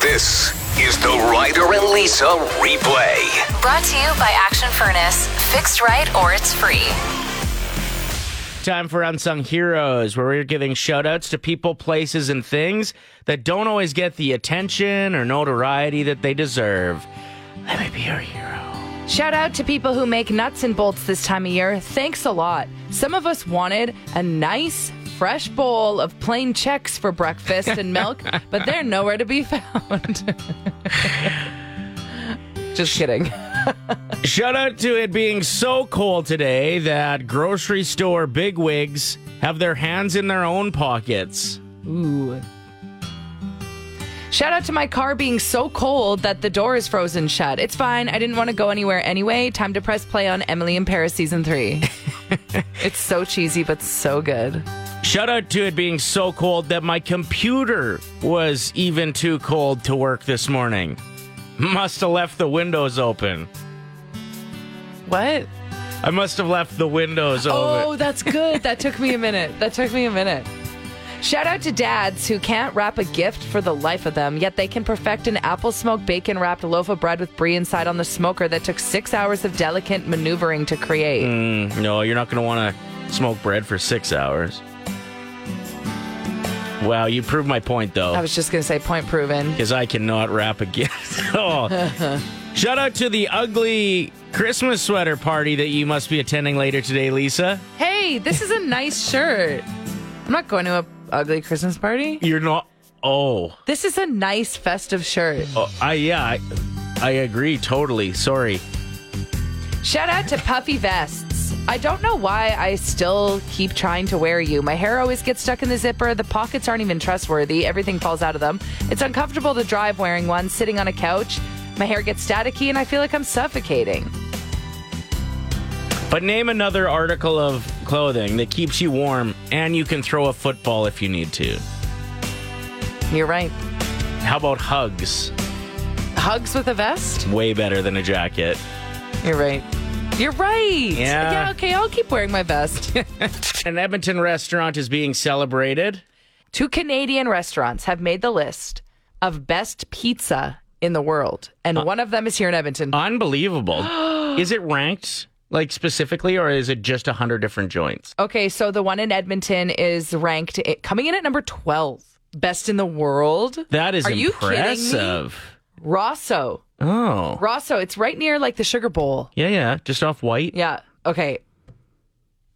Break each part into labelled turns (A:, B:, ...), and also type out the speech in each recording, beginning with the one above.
A: This is the Ryder and Lisa replay.
B: Brought to you by Action Furnace. Fixed right or it's free.
C: Time for Unsung Heroes, where we're giving shout outs to people, places, and things that don't always get the attention or notoriety that they deserve. Let me be your hero.
D: Shout out to people who make nuts and bolts this time of year. Thanks a lot. Some of us wanted a nice, fresh bowl of plain checks for breakfast and milk, but they're nowhere to be found. Just kidding.
C: Shout out to it being so cold today that grocery store bigwigs have their hands in their own pockets.
D: Ooh. Shout out to my car being so cold that the door is frozen shut. It's fine. I didn't want to go anywhere anyway. Time to press play on Emily in Paris season three. it's so cheesy, but so good.
C: Shout out to it being so cold that my computer was even too cold to work this morning. Must have left the windows open.
D: What?
C: I must have left the windows open.
D: Oh, that's good. That took me a minute. That took me a minute. Shout out to dads who can't wrap a gift for the life of them, yet they can perfect an apple smoked bacon wrapped loaf of bread with brie inside on the smoker that took six hours of delicate maneuvering to create.
C: No, you're not going to want to smoke bread for six hours. Wow, you proved my point,
D: I
C: though,
D: was just going to say, point proven.
C: because I cannot wrap a gift. oh. Shout out to the ugly Christmas sweater party that you must be attending later today, Lisa.
D: Hey, this is a nice shirt. I'm not going to a ugly Christmas party.
C: You're not. Oh,
D: This is a nice festive shirt.
C: oh I yeah, I, I agree totally. Sorry.
D: Shout out to puffy vests. I don't know why I still keep trying to wear you. My hair always gets stuck in the zipper. The pockets aren't even trustworthy. Everything falls out of them. It's uncomfortable to drive wearing one, sitting on a couch. My hair gets staticky and I feel like I'm suffocating.
C: But name another article of clothing that keeps you warm and you can throw a football if you need to.
D: You're right.
C: How about hugs?
D: Hugs with a vest?
C: Way better than a jacket.
D: You're right. You're right.
C: Yeah.
D: yeah okay, I'll keep wearing my vest.
C: An Edmonton restaurant is being celebrated.
D: Two Canadian restaurants have made the list of best pizza in the world, and one of them is here in Edmonton.
C: Unbelievable. is it ranked like specifically or is it just 100 different joints?
D: Okay, so the one in Edmonton is ranked it, coming in at number 12, best in the world.
C: That is
D: Are you kidding me?
C: impressive.
D: Rosso.
C: Oh.
D: Rosso, it's right near like the Sugar Bowl.
C: Yeah, yeah, just off white.
D: Yeah. Okay.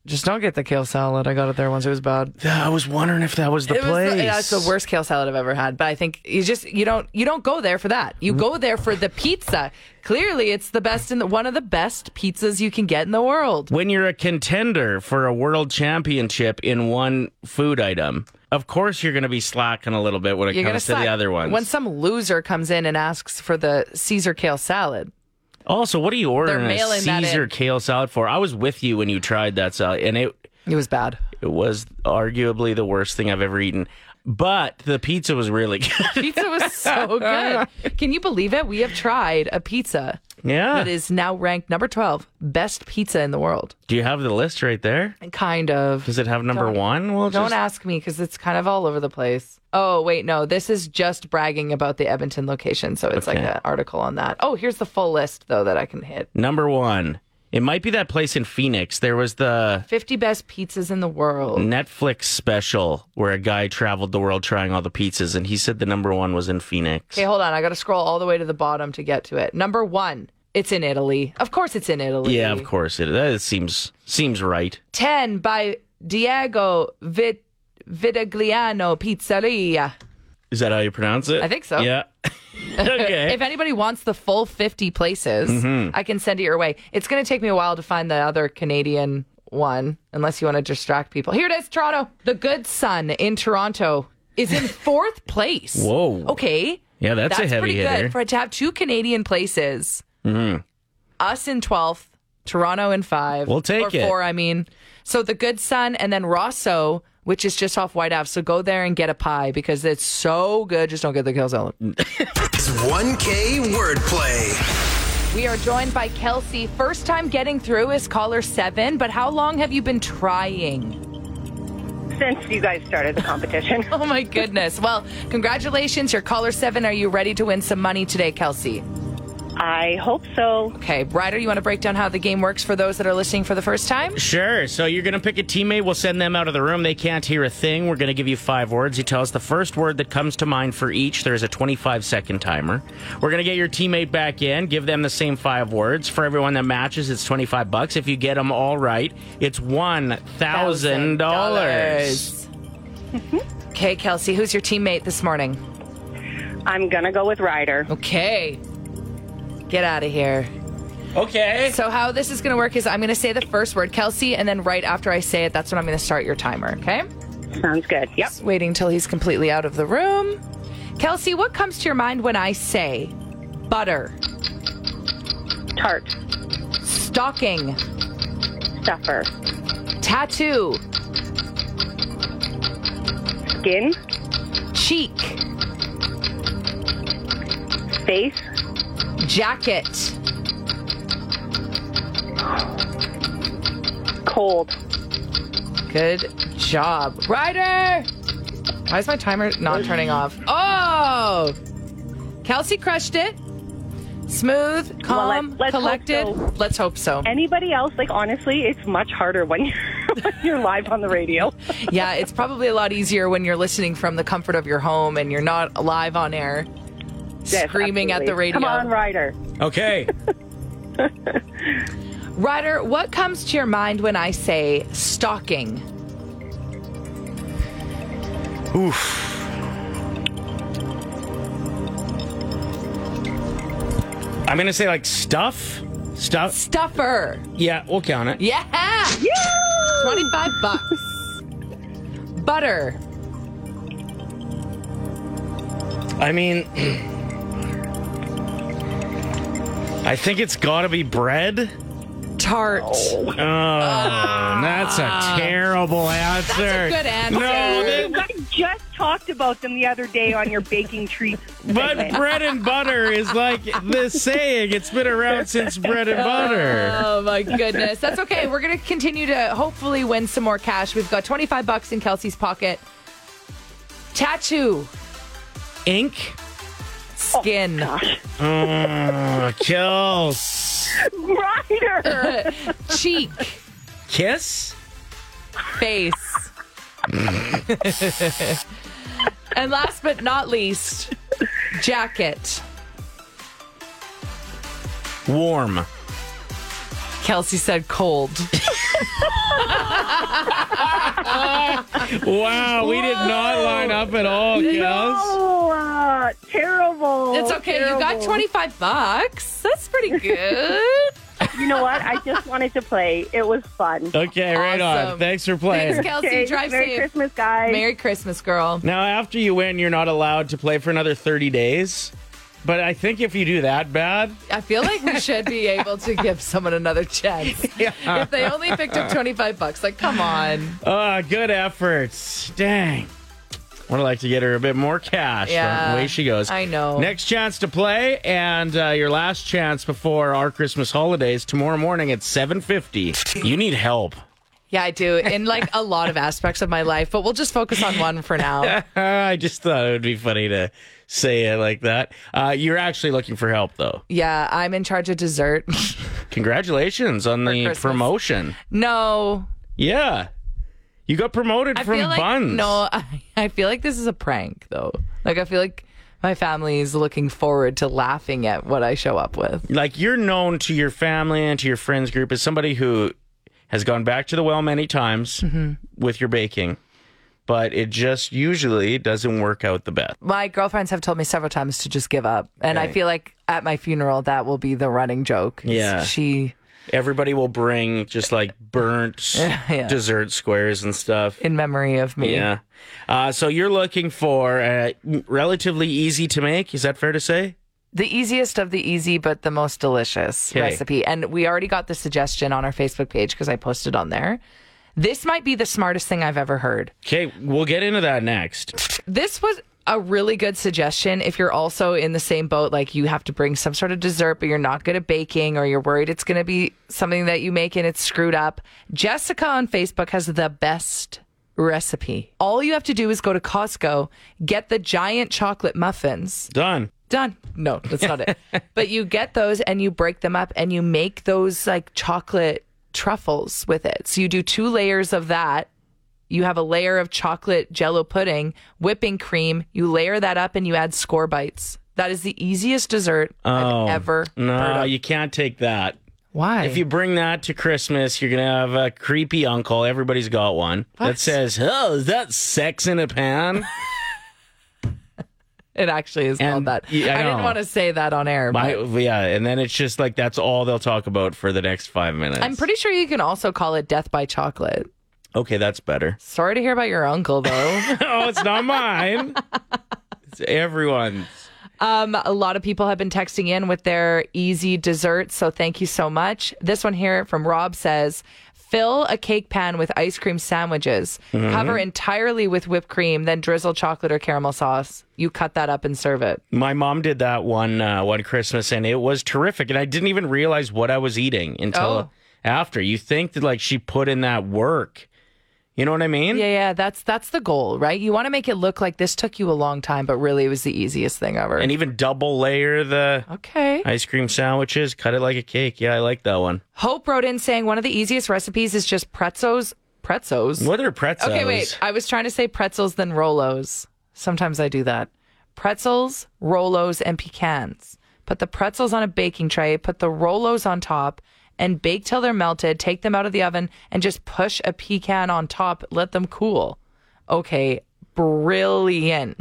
D: Just don't get the kale salad. I got it there once. It was bad.
C: I was wondering if that was the
D: It was
C: place.
D: the, yeah, it's the worst kale salad I've ever had. But I think you just you don't you don't go there for that. You go there for the pizza. Clearly, it's the best in the, one of the best pizzas you can get in the world.
C: when you're a contender for a world championship in one food item, of course you're going to be slacking a little bit when it
D: You're gonna
C: comes to
D: suck.
C: the other ones.
D: When some loser comes in and asks for the Caesar kale salad,
C: also, what are you ordering a
D: mailing that
C: Caesar
D: in.
C: kale salad for? I was with you when you tried that salad, and it
D: it was bad.
C: it was arguably the worst thing I've ever eaten. But the pizza was really good.
D: Pizza was so good. Can you believe it? We have tried a pizza
C: yeah.
D: that is now ranked number 12, best pizza in the world.
C: Do you have the list right there?
D: Kind of.
C: Does it have number
D: Don't-
C: one? Well,
D: Don't
C: just-
D: ask me because it's kind of all over the place. Oh, wait, no. This is just bragging about the Edmonton location. So it's like
C: Okay.
D: an article on that. Oh, here's the full list, though, that I can hit
C: number one. It might be that place in Phoenix. There was the
D: 50 best pizzas in the world.
C: Mm. Netflix special where a guy traveled the world trying all the pizzas, and he said the number one was in Phoenix.
D: Okay, hold on. I got to scroll all the way to the bottom to get to it. Number one, it's in Italy. Of course, it's in Italy.
C: Yeah, of course it. That seems seems right.
D: 10 by Diego Vit- Vitagliano Pizzeria.
C: Is that how you pronounce it?
D: I think so.
C: Yeah. okay.
D: If anybody wants the full 50 places, I can send it your way. It's going to take me a while to find the other Canadian one, unless you want to distract people. Here it is, Toronto. The Good Sun in Toronto is in fourth place.
C: Whoa.
D: Okay.
C: Yeah, that's,
D: That's
C: a heavy
D: pretty
C: hitter. Mm-hmm.
D: good for it to have two Canadian places. Us in 12th, Toronto in 5.
C: We'll take
D: or
C: it.
D: 4, I mean. So the Good Sun and then Rosso, which is just off White Ave. So go there and get a pie because it's so good. Just don't get the kale salad.
A: It's 1K wordplay.
D: We are joined by Kelsey. First time getting through is caller 7, but how long have you been trying?
E: since you guys started the competition.
D: Oh my goodness. Well, congratulations. You're caller seven. Are you ready to win some money today, Kelsey?
E: I hope so.
D: Okay, Ryder, you want to break down how the game works for those that are listening for the first time?
C: Sure. So you're going to pick a teammate. We'll send them out of the room. They can't hear a thing. We're going to give you five words. You tell us the first word that comes to mind for each. There's a 25 second timer. We're going to get your teammate back in, give them the same five words. For everyone that matches, it's 25 bucks. If you get them all right, it's $1,000.
D: Okay, Kelsey, who's your teammate this morning?
E: I'm gonna go with Ryder.
D: Okay. Get out of here.
C: Okay.
D: So, how this is going to work is I'm going to say the first word, Kelsey, and then right after I say it, that's when I'm going to start your timer, okay?
E: Sounds good. Yep.
D: Just waiting till he's completely out of the room. Kelsey, what comes to your mind when I say butter,
E: Tart.
D: stocking,
E: Stuffer.
D: tattoo,
E: Skin.
D: cheek,
E: Face.
D: jacket?
E: Cold.
D: Good job. Ryder! Why is my timer not turning off? Oh! Kelsey crushed it. Smooth,
E: Well,
D: calm,
E: let- let's hope
D: collected.
E: so.
D: Let's hope so.
E: Anybody else? Like honestly, it's much harder when you're when you're live on the radio.
D: yeah, it's probably a lot easier when you're listening from the comfort of your home and you're not live on air
E: Yes,
D: screaming at the
E: absolutely.
D: radio.
E: Come on, Ryder.
C: Okay.
D: Ryder, what comes to your mind when I say stalking?
C: I'm going to say like stuff. Stuff.
D: Stuffer.
C: Yeah, we'll count it.
D: Yeah! 25 bucks. Butter.
C: I mean, I think it's got to be bread.
D: Tart.
C: Oh, that's a terrible answer.
D: Ah. good answer.
C: No,
E: You
C: they-
E: guys just talked about them the other day on your baking treats.
C: but bread and butter is like the saying. It's been around since bread and butter.
D: Oh my goodness. That's okay. We're going to continue to hopefully win some more cash. We've got 25 bucks in Kelsey's pocket. Tattoo,
C: Ink.
D: skin,
C: Oh, kills.
E: Ryder.
D: cheek,
C: Kiss.
D: face. and last but not least, jacket.
C: Warm.
D: Kelsey said cold.
C: Wow, we did not line up at all, Kels.
E: Oh, uh, terrible.
D: It's okay. You got
E: Terrible.
D: 25 bucks. That's pretty good.
E: You know what? I just wanted to play. It was fun.
C: Okay, right on.
D: Awesome.
C: Thanks for playing.
D: Thanks, Kelsey.
E: Okay,
D: Drive
E: Merry
D: safe.
E: Christmas, guys.
D: Merry Christmas, girl.
C: Now, after you win, you're not allowed to play for another 30 days. But I think if you do that bad,
D: I feel like we should be able to give someone another chance. If they only picked up 25 bucks, like, come on.
C: uh, good efforts. Dang. Would like to get her a bit more cash.
D: Yeah.
C: Away she goes.
D: I know.
C: Next chance to play, and uh, your last chance before our Christmas holidays tomorrow morning at 7:50. You need help.
D: Yeah, I do. In like a lot of aspects of my life, but we'll just focus on one for now.
C: Uh, I just thought it would be funny to say it like that. Uh, you're actually looking for help, though.
D: Yeah, I'm in charge of dessert.
C: Congratulations on the
D: Christmas.
C: promotion.
D: No.
C: Yeah, you got promoted
D: I
C: from
D: feel like
C: buns.
D: no, I, I feel like this is a prank though. Like I feel like my family is looking forward to laughing at what I show up with.
C: like you're known to your family and to your friends group as somebody who has gone back to the well many times
D: Mm-hmm.
C: with your baking, but it just usually doesn't work out the best.
D: My girlfriends have told me several times to just give up, and I feel like at my funeral that will be the running joke. is
C: Yeah.
D: She
C: Everybody will bring just like burnt
D: Yeah.
C: dessert squares and stuff.
D: in memory of me.
C: Yeah. Uh, so you're looking for uh, relatively easy to make. Is that fair to say?
D: the easiest of the easy, but the most delicious
C: Okay.
D: recipe. And we already got the suggestion on our Facebook page because I posted on there. This might be the smartest thing I've ever heard.
C: Okay, we'll get into that next.
D: This was a really good suggestion if you're also in the same boat, like you have to bring some sort of dessert, but you're not good at baking or you're worried it's going to be something that you make and it's screwed up. Jessica on Facebook has the best recipe. All you have to do is go to Costco, get the giant chocolate muffins.
C: Done.
D: Done. No, that's not it. But you get those and you break them up and you make those like chocolate truffles with it. So you do two layers of that. You have a layer of chocolate jello pudding, whipping cream. You layer that up and you add score bites. That is the easiest dessert I've ever heard
C: Oh. No,
D: of.
C: you can't take that.
D: Why?
C: If you bring that to Christmas, you're gonna have a creepy uncle. Everybody's got one that
D: What?
C: says, "Oh, is that sex in a pan?"
D: it actually is
C: And-
D: called that.
C: Yeah, I
D: I, didn't
C: know.
D: want to say that on air.
C: My,
D: but-
C: yeah, and then it's just like that's all they'll talk about for the next five minutes.
D: I'm pretty sure you can also call it death by chocolate.
C: okay. That's better.
D: Sorry to hear about your uncle, though.
C: oh, it's not mine. It's everyone's.
D: Um, a lot of people have been texting in with their easy desserts, so thank you so much. This one here from Rob says, fill a cake pan with ice cream sandwiches, cover entirely with whipped cream, then drizzle chocolate or caramel sauce. You cut that up and serve it.
C: My mom did that one uh, one Christmas, and it was terrific. And I didn't even realize what I was eating until
D: Oh.
C: after. You think that like she put in that work. You know what I mean?
D: Yeah, yeah, that's that's the goal, right? You want to make it look like this took you a long time, but really it was the easiest thing ever.
C: And even double layer the
D: okay.
C: ice cream sandwiches, cut it like a cake. Yeah, I like that one.
D: Hope wrote in saying one of the easiest recipes is just pretzos. Pretzos.
C: What are pretzels?
D: Okay, wait. I was trying to say pretzels then Rolos. Sometimes I do that. Pretzels, Rolos, and pecans. Put the pretzels on a baking tray, put the Rolos on top, and bake till they're melted. Take them out of the oven and just push a pecan on top. Let them cool. Okay, brilliant.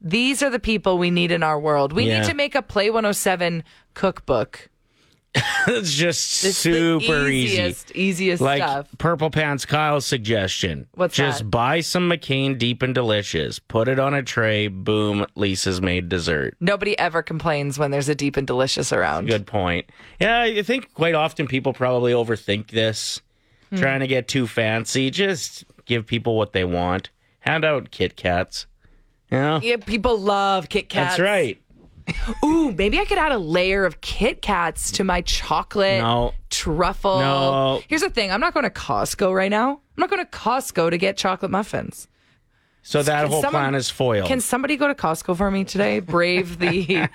D: These are the people we need in our world. We
C: Mm-hmm. Yeah.
D: need to make a Play 107 cookbook.
C: it's just
D: It's the
C: super easy.
D: easiest, Easiest
C: Like
D: stuff.
C: Purple Pants Kyle's suggestion.
D: What's
C: Just
D: that?
C: buy some McCain Deep and Delicious, put it on a tray, boom, Lisa's made dessert.
D: Nobody ever complains when there's a deep and delicious around.
C: Good point. Yeah, I think quite often people probably overthink this,
D: Hmm.
C: trying to get too fancy. Just give people what they want. Hand out Kit Kats. You know?
D: Yeah, people love Kit Kats.
C: That's right.
D: Ooh, maybe I could add a layer of Kit Kats to my chocolate
C: No.
D: truffle.
C: No.
D: Here's the thing: I'm not going to Costco right now. I'm not going to Costco to get chocolate muffins.
C: So that
D: Can
C: whole
D: someone-
C: plan is foiled.
D: Can somebody go to Costco for me today? Brave the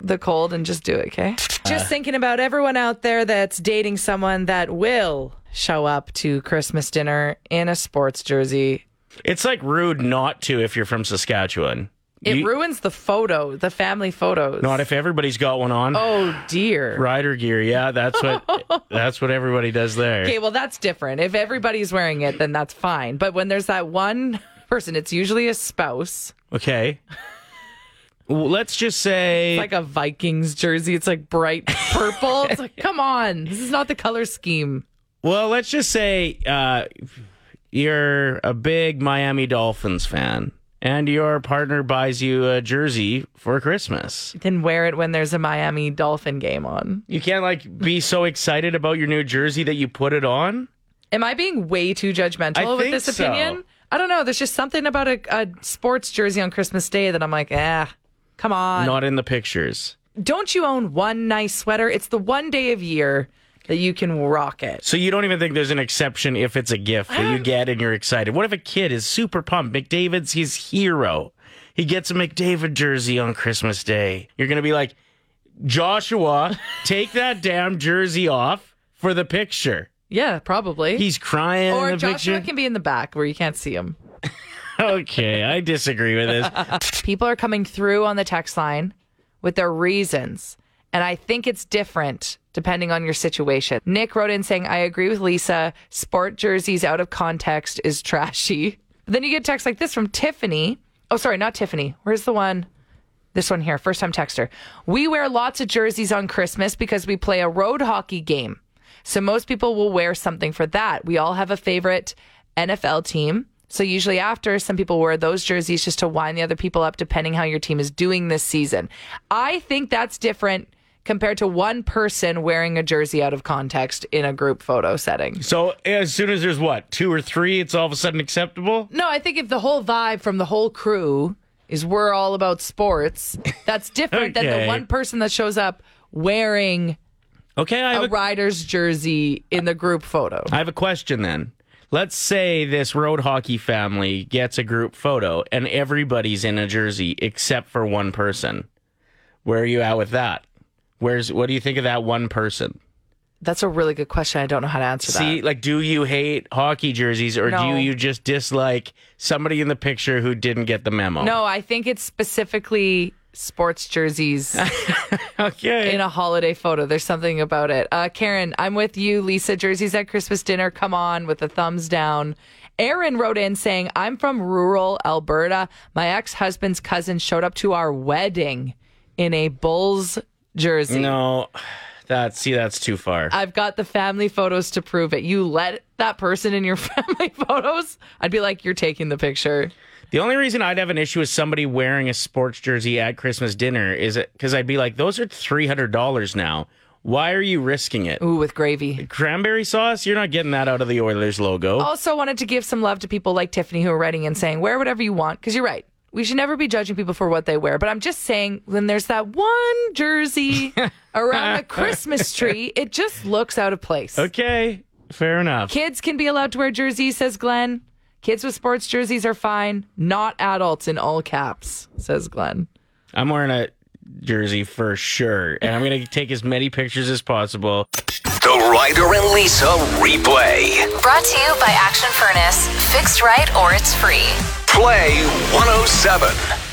D: the cold and just do it, okay? Just thinking about everyone out there that's dating someone that will show up to Christmas dinner in a sports jersey.
C: It's like rude not to if you're from Saskatchewan.
D: It
C: You-
D: ruins the photo, the family photos.
C: Not if everybody's got one on.
D: oh dear.
C: Rider gear, yeah, that's what that's what everybody does there.
D: Okay, well, that's different. If everybody's wearing it, then that's fine. But when there's that one person, it's usually a spouse,
C: Okay. Well, Let's just say
D: like a Vikings jersey. It's like bright purple. it's like, come on, this is not the color scheme.
C: well, let's just say uh, you're a big Miami Dolphins fan and your partner buys you a jersey for Christmas.
D: Then wear it when there's a Miami Dolphin game on.
C: You can't like be so excited about your new jersey that you put it on.
D: Am I being way too judgmental
C: I
D: with
C: think
D: this
C: so.
D: opinion? I don't know. There's just something about a, a sports jersey on Christmas Day that I'm like, eh, come on.
C: Not in the pictures.
D: don't you own one nice sweater? It's the one day of year that you can rock it.
C: So you don't even think there's an exception if it's a gift that you get and you're excited. What if a kid is super pumped? McDavid's his hero. He gets a McDavid jersey on Christmas Day. You're gonna be like, Joshua, take that damn jersey off for the picture.
D: Yeah, probably.
C: He's crying
D: Or
C: in the
D: Joshua
C: picture.
D: can be in the back where you can't see him.
C: okay, I disagree with this.
D: People are coming through on the text line with their reasons. And I think it's different depending on your situation. Nick wrote in saying, I agree with Lisa. Sport jerseys out of context is trashy. But then you get texts like this from Tiffany. Oh, sorry, not Tiffany. Where's the one? This one here, first time texter. We wear lots of jerseys on Christmas because we play a road hockey game. So most people will wear something for that. We all have a favorite NFL team. So usually after, some people wear those jerseys just to wind the other people up, depending how your team is doing this season. I think that's different compared to one person wearing a jersey out of context in a group photo setting.
C: so as soon as there's what two or three, it's all of a sudden acceptable.
D: No, I think if the whole vibe from the whole crew is we're all about sports, that's different than
C: Okay.
D: the one person that shows up wearing
C: Okay, I have
D: a
C: a
D: rider's jersey in the group photo.
C: I have a question then. Let's say this road hockey family gets a group photo and everybody's in a jersey except for one person. Where are you at with that? Where's what do you think of that one person?
D: That's a really good question. I don't know how to answer
C: See,
D: that.
C: like, do you hate hockey jerseys or
D: No.
C: do you just dislike somebody in the picture who didn't get the memo?
D: No, I think it's specifically sports jerseys
C: Okay.
D: in a holiday photo. There's something about it. Uh, Karen, I'm with you. Lisa, jerseys at Christmas dinner. Come on with the thumbs down. Aaron wrote in saying, I'm from rural Alberta. My ex husband's cousin showed up to our wedding in a Bulls jersey.
C: no, that see, that's too far.
D: I've got the family photos to prove it. You let that person in your family photos? I'd be like, you're taking the picture.
C: the only reason I'd have an issue with somebody wearing a sports jersey at Christmas dinner is because I'd be like, those are three hundred dollars now. Why are you risking it?
D: Ooh, with gravy.
C: Cranberry sauce? You're not getting that out of the Oilers logo.
D: Also, wanted to give some love to people like Tiffany who are writing and saying, wear whatever you want. Because you're right. We should never be judging people for what they wear. But I'm just saying, when there's that one jersey around a Christmas tree, it just looks out of place.
C: Okay, fair enough.
D: Kids can be allowed to wear jerseys, says Glenn. Kids with sports jerseys are fine, not adults in all caps, says Glenn.
C: I'm wearing a jersey for sure, and I'm gonna take as many pictures as possible.
A: The Ryder and Lisa replay.
B: Brought to you by Action Furnace. Fixed right or it's free.
A: oh Play 107.